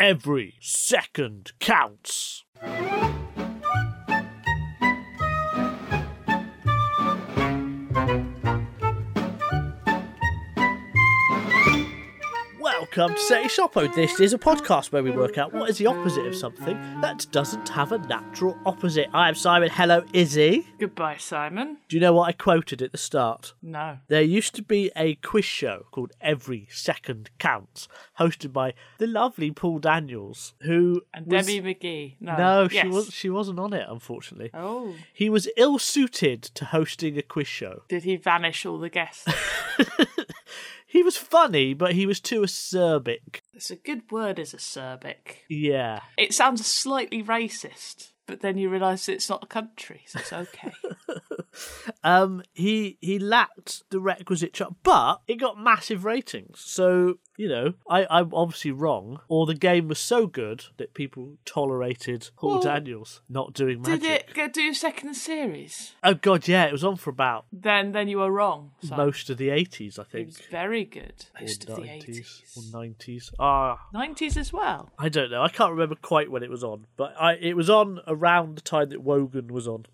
Every second counts. Welcome to Seti Shoppo. This is a podcast where we work out what is the opposite of something that doesn't have a natural opposite. I am Simon. Hello, Izzy. Goodbye, Simon. Do you know what I quoted at the start? No. There used to be a quiz show called Every Second Counts, hosted by the lovely Paul Daniels, who And was- Debbie McGee. No, No, Yes. she was she wasn't on it, unfortunately. Oh. He was ill suited to hosting a quiz show. Did he vanish all the guests? He was funny, but he was too acerbic. it's a good word, is acerbic. Yeah. It sounds slightly racist, but then you realise it's not a country, so it's okay. Um he he lacked the requisite char- but it got massive ratings. So, you know, I, I'm obviously wrong. Or the game was so good that people tolerated Paul Well, Daniels not doing magic. Did it go do second series? Oh god, yeah, it was on for about Then then you were wrong. Simon. most of the eighties, I It think. was very good. Or Most of the 90s, 80s. Or nineties. Ah, 90s as well. I don't know. I can't remember quite when it was on, but I it was on around the time that Wogan was on.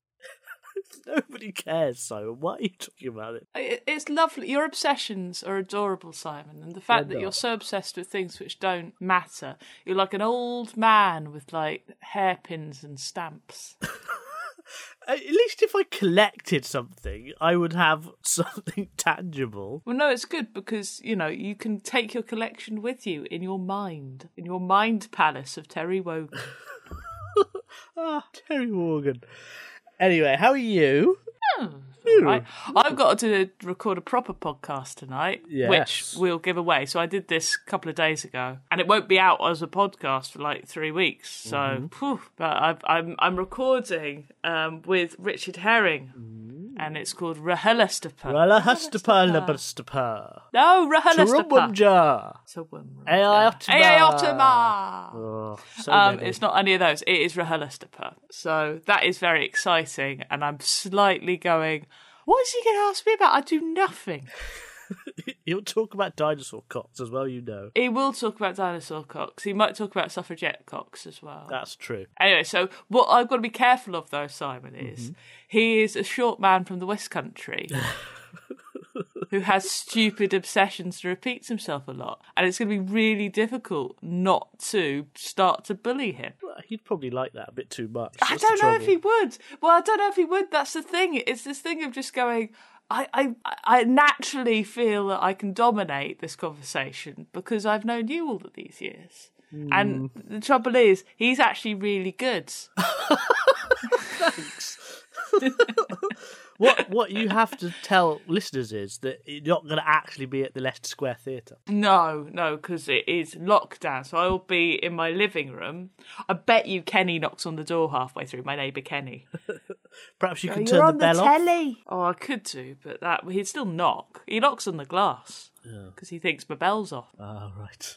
Nobody cares, Simon. Why are you talking about it? I- It's lovely. Your obsessions are adorable, Simon, and the fact They're that you're not. so obsessed with things which don't matter. You're like an old man with like hairpins and stamps. At least if I collected something, I would have something tangible. well, no, it's good because you know you can take your collection with you in your mind, in your mind palace of Terry Wogan. Ah, Terry Wogan. Anyway, how are you? Right? I've got to record a proper podcast tonight, Yes. which we'll give away. So I did this a couple of days ago, and it won't be out as a podcast for like three weeks. So, phew, but I've, I'm I'm recording um, with Richard Herring, and it's called Rahelestapa. Well, a hustapa labustapa. no, Rahelestapa. Turumwumja. Aotima. Aotima. Oh, so Um, many. it's not any of those. It is Rahelestapa. So that is very exciting, and I'm slightly going. What is he going to ask me about? I do nothing. He'll talk about dinosaur cocks as well, you know. He will talk about dinosaur cocks. He might talk about suffragette cocks as well. That's true. Anyway, so what I've got to be careful of though, Simon, is he is a short man from the West Country who has stupid obsessions and repeats himself a lot. And it's going to be really difficult not to start to bully him. Well, He'd probably like that a bit too much. I That's the don't know if trouble. he would. Well, I don't know if he would. That's the thing. It's this thing of just going. I, I I naturally feel that I can dominate this conversation because I've known you all of these years. And Hmm. the trouble is, he's actually really good. What what you have to tell listeners is that you're not going to actually be at the Leicester Square Theatre. No, no, because it is lockdown, so I will be in my living room. I bet you Kenny knocks on the door halfway through. My neighbour Kenny. Perhaps you Oh, can turn the bell off. telly. Oh, I could do, but that he'd still knock. He knocks on the glass because he thinks my bell's off. oh, right.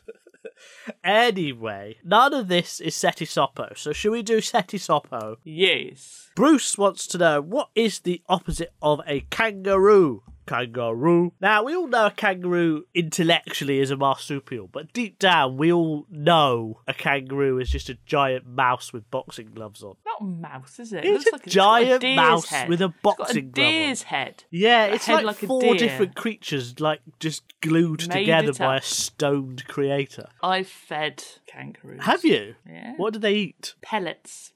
anyway, none of this is Seti Sopo. So should we do Seti Sopo? Yes. Bruce wants to know what is the opposite of a kangaroo? Kangaroo. Now, we all know a kangaroo intellectually is a marsupial, but deep down, we all know a kangaroo is just a giant mouse with boxing gloves on. Not a mouse, is it? It's a It looks like it's got giant deer's mouse head. with a It's got boxing glove on. deer's head. Yeah, A it's head like, like a four deer. different creatures, like just glued Made together it by a up. stoned creator. I've fed kangaroos. Have you? Yeah. What do they eat? Pellets.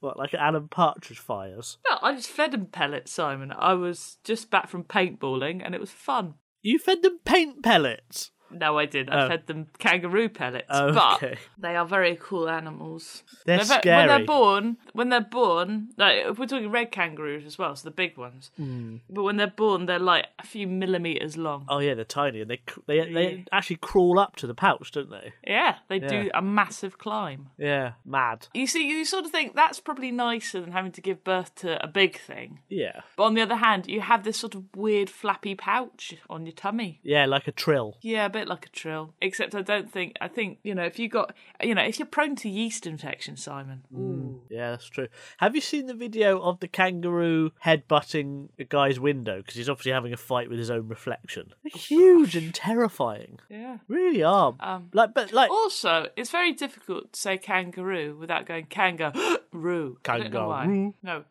What, like Alan Partridge fires? No, I just fed them pellets, Simon. I was just back from paintballing and it was fun. You fed them paint pellets. No, I didn't. I Oh. fed them kangaroo pellets. Oh, But okay. they are very cool animals. They're ve- When scary. they're born, when they're born, like, if we're talking red kangaroos as well, so the big ones. Hmm. But when they're born, they're like a few millimetres long. Oh yeah, they're tiny and they c- they they actually crawl up to the pouch, don't they? Yeah, they Yeah. do a massive climb. Yeah, mad. You see, you sort of think that's probably nicer than having to give birth to a big thing. Yeah, But on the other hand, you have this sort of weird flappy pouch on your tummy. yeah, like a trill. Yeah, a bit bit like a trill, except I don't think I think you know if you got you know if you're prone to yeast infection, Simon. Ooh. Yeah, that's true. Have you seen the video of the kangaroo headbutting a guy's window because he's obviously having a fight with his own reflection? They're huge and terrifying. Yeah. Really are. Um, like, but like Also, it's very difficult to say kangaroo without going kangaroo. I don't know why. Kangaroo. No,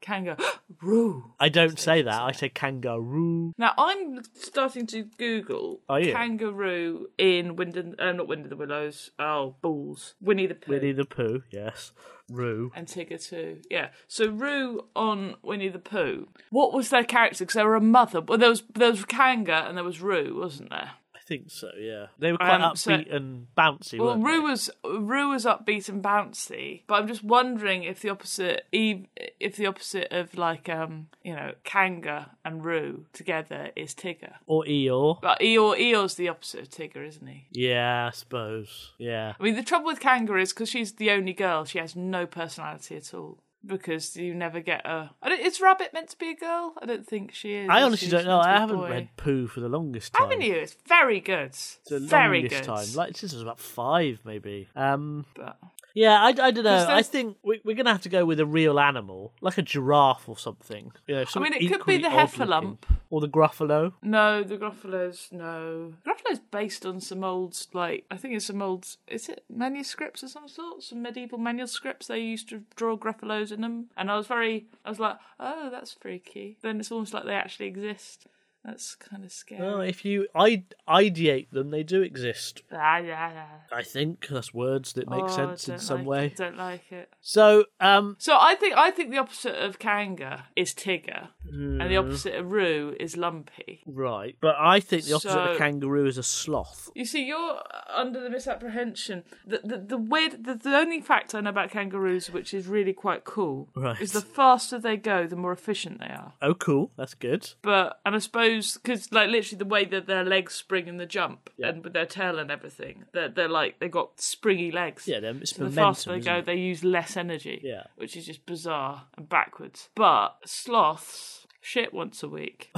kangaroo. I don't say that. I say kangaroo. Now I'm starting to Google Are you? kangaroo in Wind and uh, not Wind of the Willows. Oh, balls. Winnie the Pooh Winnie the Pooh. Yes. Roo. and Tigger too. Yeah. So Roo on Winnie the Pooh. What was their character? Because there were a mother. Well, there was there was Kanga and there was Roo, wasn't there? I think so. Yeah. They were quite Um, so- upbeat and bouncy. Well, weren't Rue was Rue was upbeat and bouncy, but I'm just wondering if the opposite Eve, if the opposite of like um you know Kanga and Rue together is Tigger. they? or Eeyore. But Eeyore Eeyore's the opposite of Tigger, isn't he? Yeah, I suppose. Yeah. I mean, the trouble with Kanga is because she's the only girl, she has no personality at all. Because you never get a. I don't, is Rabbit meant to be a girl? I don't think she is. I is honestly she? don't She's know. meant to be I a haven't boy. read Pooh for the longest time. Haven't you? It's very good. The very longest good. time. Like since I was about five, maybe. Um, But- yeah, I, don't know. Because I there's- think we, we're gonna have to go with a real animal, like a giraffe or something. You know, something mean, it could equally be the odd-looking. heffalump. or the gruffalo. No, the Gruffalo's no. Gruffalo's based on some old, like I think it's some old. Is it manuscripts of some sort? Some medieval manuscripts they used to draw Gruffalos in them. And I was very, I was like, oh, that's freaky. Then it's almost like they actually exist. That's kind of scary. Well, if you I- ideate them, they do exist. Ah, yeah, yeah. I think that's words that make Oh, I sense in don't some like way. It, don't like it. So, um, So I think I think the opposite of Kanga is Tigger, and Hmm. the opposite of Roo is Lumpy. right, but I think the opposite of a So- kangaroo is a sloth. You see, you're uh, under the misapprehension. The the, the weird, the, the only fact I know about kangaroos, which is really quite cool, Right. is the faster they go, the more efficient they are. Oh, cool, that's good. But and I suppose because like literally the way that their legs spring in the jump and with their tail and everything, they're, they're like they got springy legs. Yeah, then it's So the momentum. faster they isn't go, it? they use less energy. Yeah. Which is just bizarre and backwards. But sloths shit once a week.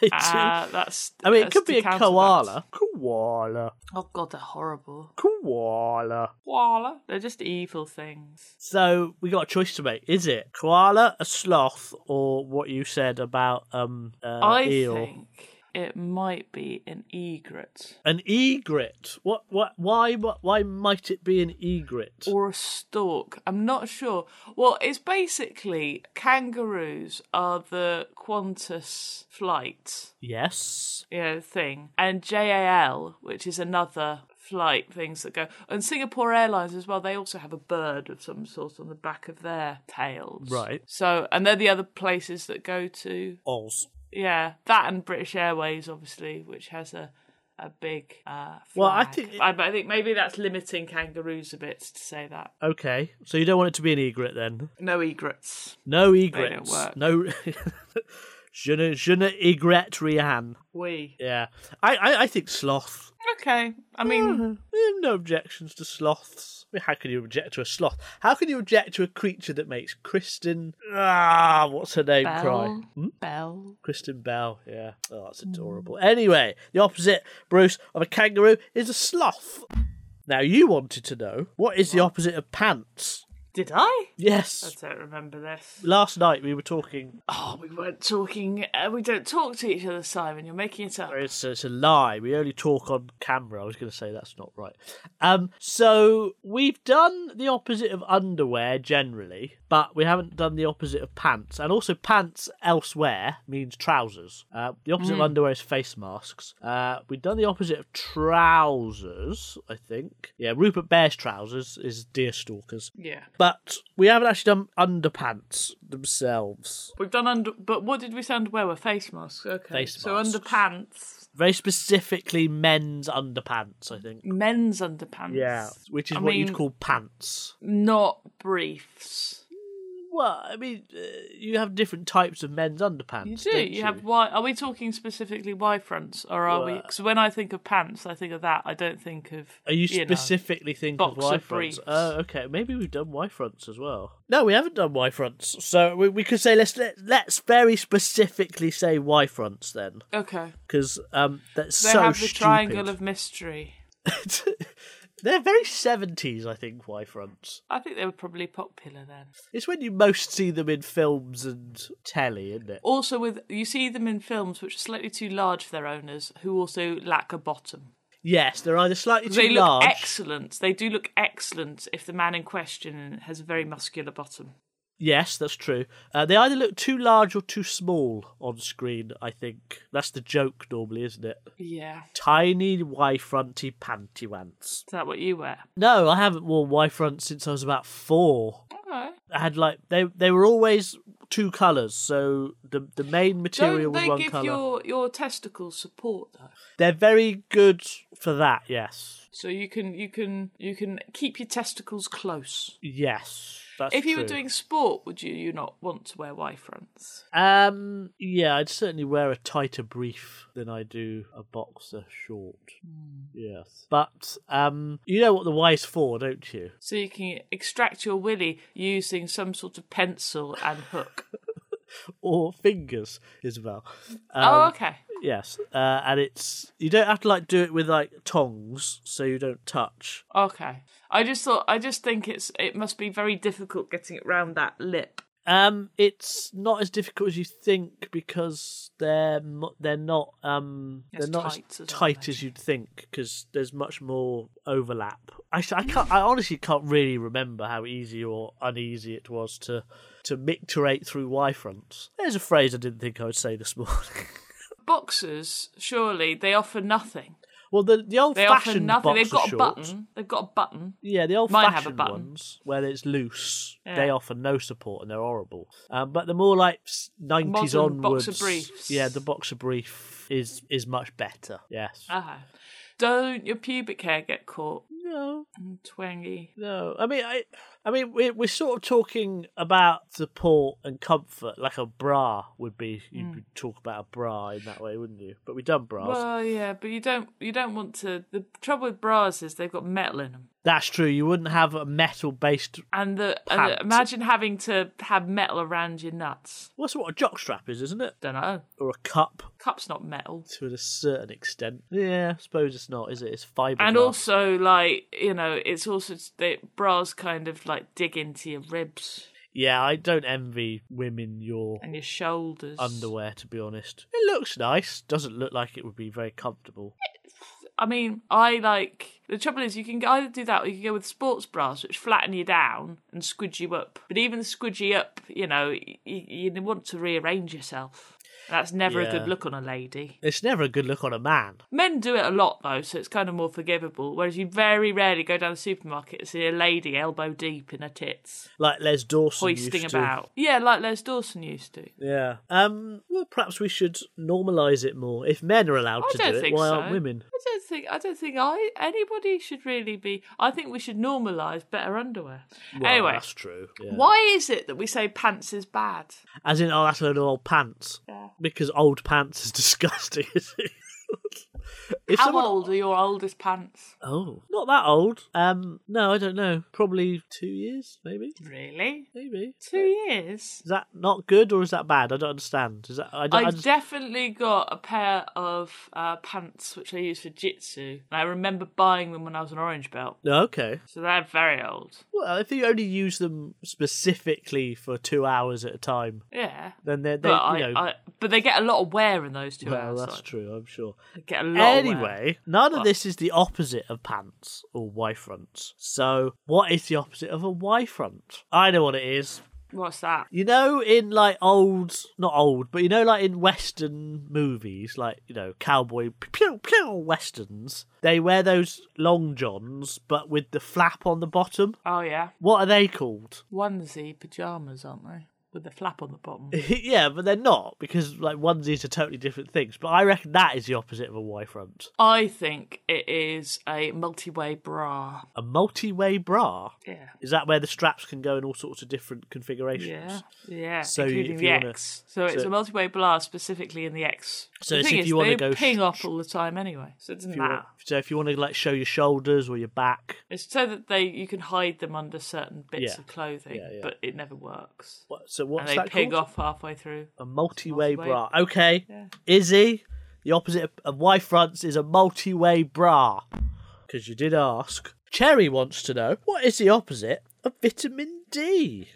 They do. Uh, that's. I mean, it that's could to be a counterbalance. koala. Koala. Oh god, they're horrible. Koala. Koala. They're just evil things. So we got a choice to make. Is it koala, a sloth, or what you said about um uh, I eel? think it might be an egret An egret. What? What? Why? What? Why might it be an egret? or a stork. I'm not sure. Well, it's basically kangaroos are the Qantas flight. Yes. you know, thing, and JAL, which is another flight things that go, and Singapore Airlines as well. They also have a bird of some sort on the back of their tails, Right. So, and they're the other places that go to, Oz. yeah, that and British Airways, obviously, which has a a big uh, flag. Well, I think it- I, but I think maybe that's limiting kangaroos a bit to say that Okay. So you don't want it to be an egret then? no egrets. No egrets. work. No. Je ne, je ne regrette rien. We Yeah. I, I, I think sloth. okay. I mean. We have no objections to sloths. I mean, how can you object to a sloth? How can you object to a creature that makes Kristen ah what's her name cry? Hmm? Bell, Bell. Kristen Bell, yeah. Oh, that's adorable. Anyway, the opposite, Bruce, of a kangaroo is a sloth. Now you wanted to know what is the opposite of pants? Did I? I Yes. don't remember this. Last night we were talking. Oh, we weren't talking. Uh, we don't talk to each other, Simon. You're making it up. It's, it's a lie. We only talk on camera. I was going to say that's not right. Um, so we've done the opposite of underwear generally, but we haven't done the opposite of pants. And also, pants elsewhere means trousers. Uh, the opposite of underwear is face masks. Uh, we've done the opposite of trousers, I think. Yeah, Rupert Bear's trousers is deer stalkers. Yeah, But we haven't actually done underpants themselves. we've done under. But what did we say underwear? Were face masks? Okay. Face so masks. underpants, Very specifically, men's underpants, I think. men's underpants. Which is I what you'd mean- call pants. Not briefs. Well, I mean, uh, you have different types of men's underpants. You do. don't you have Y. Are we talking specifically Y fronts, or are we? Well- Because when I think of pants, I think of that. I don't think of. Are you know. specifically thinking of box Y of fronts? briefs. Oh, okay. Maybe we've done Y fronts as well. No, we haven't done Y fronts. So we, we could say let's let, let's very specifically say Y fronts then, Okay. because um, that's They so have the stupid. triangle of mystery. They're very seventies, I think. Y fronts. I think they were probably popular then. It's when you most see them in films and telly, isn't it? Also, with you see them in films which are slightly too large for their owners, who also lack a bottom. Yes, they're either slightly too They look large. excellent. They do look excellent if the man in question has a very muscular bottom. Yes, that's true. Uh, they either look too large or too small on screen. I think that's the joke normally, isn't it? Yeah. Tiny Y fronty panty wants. Is that what you wear? No, I haven't worn Y front since I was about four. Okay. I had like they they were always two colours, so the the main material Don't was they one give colour. your your testicles support though? They're very good for that, yes. So you can you can you can keep your testicles close. Yes. That's if you were true. doing sport, would you, you not want to wear Y fronts? Um yeah, I'd certainly wear a tighter brief than I do a boxer short. Yes. But um you know what the Y's for, don't you? So you can extract your willy using some sort of pencil and hook. Um, Or fingers, Isabel. oh, okay. Yes, uh, and it's you don't have to like do it with like tongs, so you don't touch. Okay. I just thought I just think it's it must be very difficult getting it round that lip. Um, it's not as difficult as you think because they're mo- they're not um As they're not tight as, as I tight as you'd think because there's much more overlap. I s- I Mm. can't I honestly can't really remember how easy or uneasy it was to to micturate through Y fronts. There's a phrase I didn't think I would say this morning. Boxers, surely they offer nothing. well, the the old They offer fashioned nothing. They've boxer got a shorts. button. They've got a button. Yeah, the old Mine have a fashioned button. ones where it's loose, Yeah. they offer no support and they're horrible. Um, but the more like nineties Modern onwards, boxer briefs. yeah, the boxer brief is is much better. Yes. Ah. Don't your pubic hair get caught no, and twangy? no. I mean, I, I mean, we're we're sort of talking about support and comfort, like a bra would be. You would talk about a bra in that way, wouldn't you? But we've done bras. Hmm. Well, yeah, but you don't you don't want to. The trouble with bras is they've got metal in them, That's true. You wouldn't have a metal based. and the, and the Pant. imagine having to have metal around your nuts. What's what a jockstrap is, isn't it? Don't know. Or a cup Cup's not metal, to a certain extent. Yeah, I suppose it's not, is it? It's fibre. and also like you know, it's also the bras kind of like dig into your ribs Yeah, I don't envy women your and your shoulders. underwear to be honest. It looks nice. Doesn't look like it would be very comfortable. I mean, I like the trouble is you can either do that or you can go with sports bras, which flatten you down and squidge you up. But even the squidge you up, you know, you, you want to rearrange yourself. That's never Yeah. a good look on a lady. It's never a good look on a man. Men do it a lot though, so it's kind of more forgivable. Whereas you very rarely go down the supermarket and see a lady elbow deep in her tits, Like Les Dawson hoisting used to. about. Yeah, like Les Dawson used to. Yeah. Um well perhaps we should normalise it more. If men are allowed I to don't do it, think why so. aren't women? I don't think I don't think I anybody should really be. I think we should normalise better underwear. Well, anyway, that's true. Yeah. Why is it that we say pants is bad? As in, oh, that's a load of old pants. Yeah. Because old pants is disgusting. is it? if How someone old are your oldest pants? oh, not that old. Um, no, I don't know. Probably two years, maybe, Really? maybe. Two years? Is that not good or is that bad? I don't understand. Is that I don't. I've understand. definitely got a pair of uh, pants which I used for jitsu. And I remember buying them when I was an orange belt. No, okay. So they're very old. Well, if you only use them specifically for two hours at a time, Yeah. then they're they, But, you I, know. I, but they get a lot of wear in those two well, hours. that's like, true. I'm sure. They get a lot of wear. Anyway, none of this is the opposite of pants or Y fronts. So, what is the opposite of a Y front? I know what it is. What's that? You know, in like old, not old, but you know, like in Western movies, like, you know, cowboy pew pew Westerns, they wear those long johns, but with the flap on the bottom. Oh, yeah. What are they called? Onesie pyjamas, aren't they? with the flap on the bottom. yeah, but they're not because like onesies are totally different things. But I reckon that is the opposite of a Y front. I think it is a multi-way bra. A multi-way bra Yeah. is that where the straps can go in all sorts of different configurations. Yeah, yeah, So you- including if the you wanna- X. So it's so- a multi-way blast specifically in the X. So the it's thing if is, you wanna they go sh- ping off all the time anyway, so it doesn't If you matter. want- so if you want to like show your shoulders or your back, It's so that they you can hide them under certain bits Yeah. of clothing, Yeah, yeah. but it never works. what, so what's and they that ping called? off halfway through. A multi-way, Multi-way. bra. Okay, Yeah. Izzy, the opposite of- of Y fronts is a multi-way bra. Because you did ask. Cherry wants to know what is the opposite of vitamin D.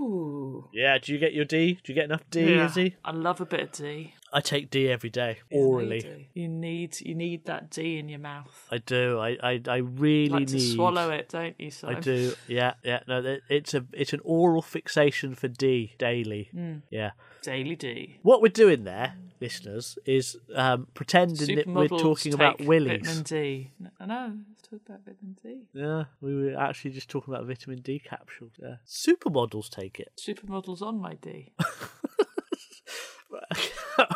Ooh. Yeah, do you get your D? Do you get enough D, Yeah. Izzy? I love a bit of D. I take D every day, Yeah, orally. You, do. You need you need that D in your mouth. I do. I I, I really You like to need swallow it, don't you? Simon? I do. Yeah, yeah. No, it- it's a it's an oral fixation for D daily. Hmm. Yeah. Daily D. What we're doing there, listeners, is um, pretending that we're Supermodels talking about take willies. Vitamin D. No, I know. Let's talk about vitamin D. Yeah, we were actually just talking about vitamin D capsules. Yeah. Supermodels take it. Supermodels on my D.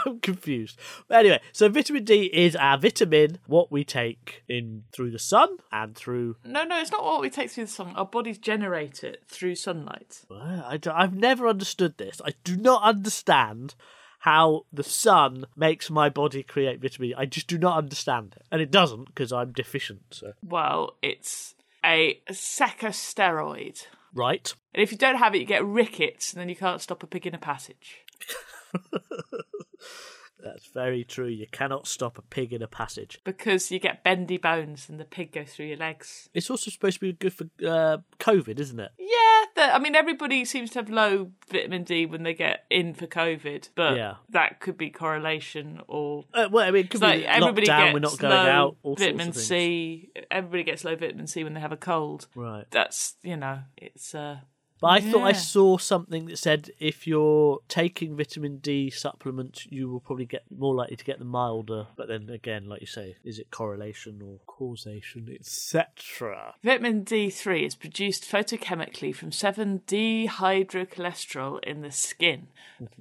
I'm confused. But anyway, so vitamin D is our vitamin, what we take in through the sun and through. No, no, it's not what we take through the sun. Our bodies generate it through sunlight. Well, I don't- I've never understood this. I do not understand how the sun makes my body create vitamin D. I just do not understand it. And it doesn't because I'm deficient. So Well, it's a secosteroid. Right. And if you don't have it, you get rickets, and then you can't stop a pig in a passage. That's very true. You cannot stop a pig in a passage. Because you get bendy bones and the pig goes through your legs. It's also supposed to be good for uh, COVID, isn't it? Yeah, the, I mean, everybody seems to have low vitamin D when they get in for COVID, but Yeah. that could be correlation or Uh, well, I mean, it could It's like be everybody lockdown. gets We're not going low out. All vitamin sorts of things. C. Everybody gets low vitamin C when they have a cold. Right. That's you know, it's uh, But I thought I Yeah. saw something that said if you're taking vitamin D supplements, you will probably get more likely to get the milder. But then again, like you say, is it correlation or causation, etc.? vitamin D three is produced photochemically from seven dehydrocholesterol in the skin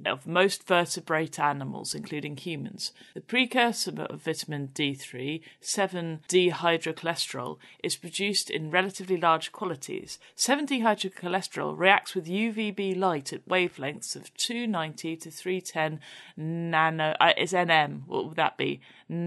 of most vertebrate animals, including humans. The precursor of vitamin D three, seven dehydrocholesterol, is produced in relatively large quantities. Seven dehydrocholesterol reacts with UVB light at wavelengths of 290 to 310 nano. Uh, is nm? What would that be?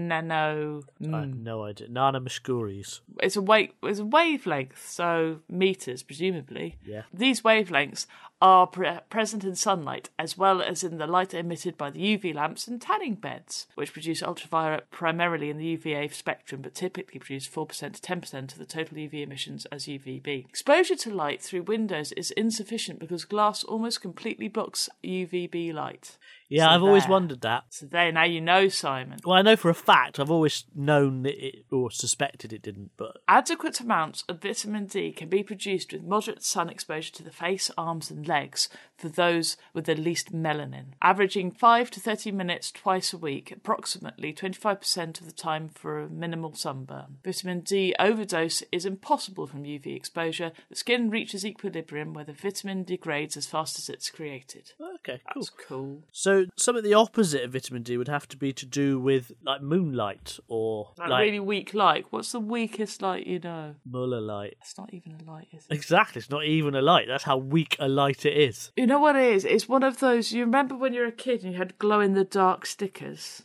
Nano. I Hmm. have no idea. Nana Muscuri's. it's a wave it's a wavelength so meters presumably Yeah. these wavelengths are pre- present in sunlight as well as in the light emitted by the uv lamps and tanning beds which produce ultraviolet primarily in the uva spectrum but typically produce 4% to 10% of the total uv emissions as uvb exposure to light through windows is insufficient because glass almost completely blocks uvb light Yeah, So I've always there. wondered that. so there now you know simon Well, I know for a fact. I've always known that it or suspected it didn't, but Adequate amounts of vitamin D can be produced with moderate sun exposure to the face, arms, and legs for those with the least melanin, averaging 5 to 30 minutes twice a week, approximately 25% of the time for a minimal sunburn. Vitamin D overdose is impossible from UV exposure. The skin reaches equilibrium where the vitamin degrades as fast as it's created. okay, cool. That's cool. So something the opposite of vitamin D would have to be to do with like moonlight or That like really weak light. What's the weakest light you know? Muller light. That's not even a light, is it? Exactly, it's not even a light. That's how weak a light it is. You know what it is? It's one of those. You remember when you were a kid and you had glow in the dark stickers,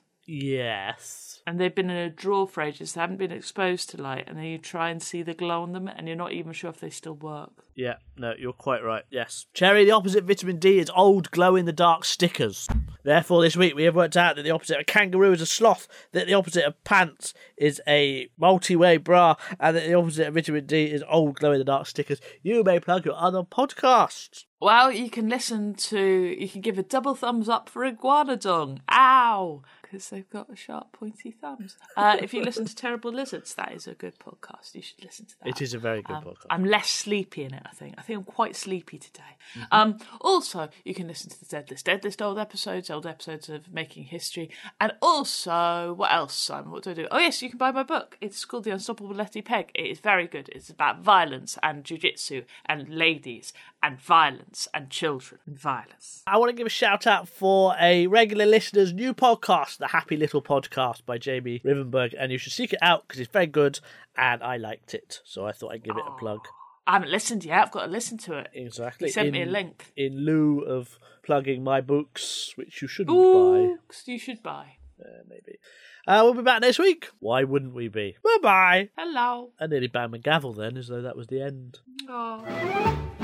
Yes. and they've been in a drawer for ages. They haven't been exposed to light, and then you try and see the glow on them, and you're not even sure if they still work. Yeah, no, you're quite right. Yes. Cherry, the opposite of vitamin D is old glow in the dark stickers. Therefore, this week we have worked out that the opposite of kangaroo is a sloth, that the opposite of pants is a multi way bra, and that the opposite of vitamin D is old glow in the dark stickers. You may plug your other podcasts. Well, you can listen to. You can give a double thumbs up for Iguanodon. Ow! 'Cause because they've got sharp, pointy thumbs. Uh, if you listen to Terrible Lizards, that is a good podcast. You should listen to that. It is a very good Um, podcast. I'm less sleepy in it, I think. I think I'm quite sleepy today. Um, also, you can listen to the Dead List, Dead List old episodes, old episodes of Making History. And also, what else, Simon? What do I do? Oh, yes, you can buy my book. It's called The Unstoppable Letty Peg. It is very good. It's about violence and jujitsu and ladies and violence and children and violence. I want to give a shout out for a regular listener's new podcast, The Happy Little Podcast by Jamie Rivenberg, and you should seek it out because it's very good and I liked it. So I thought I'd give it a plug. I haven't listened yet. I've got to listen to it. Exactly. He sent me a In- link. In lieu of plugging my books, which you shouldn't Ooh, you should buy. buy, uh, maybe. Uh, we'll be back next week. Why wouldn't we be? Bye bye. Hello. I nearly banged my gavel then, as though that was the end. Oh.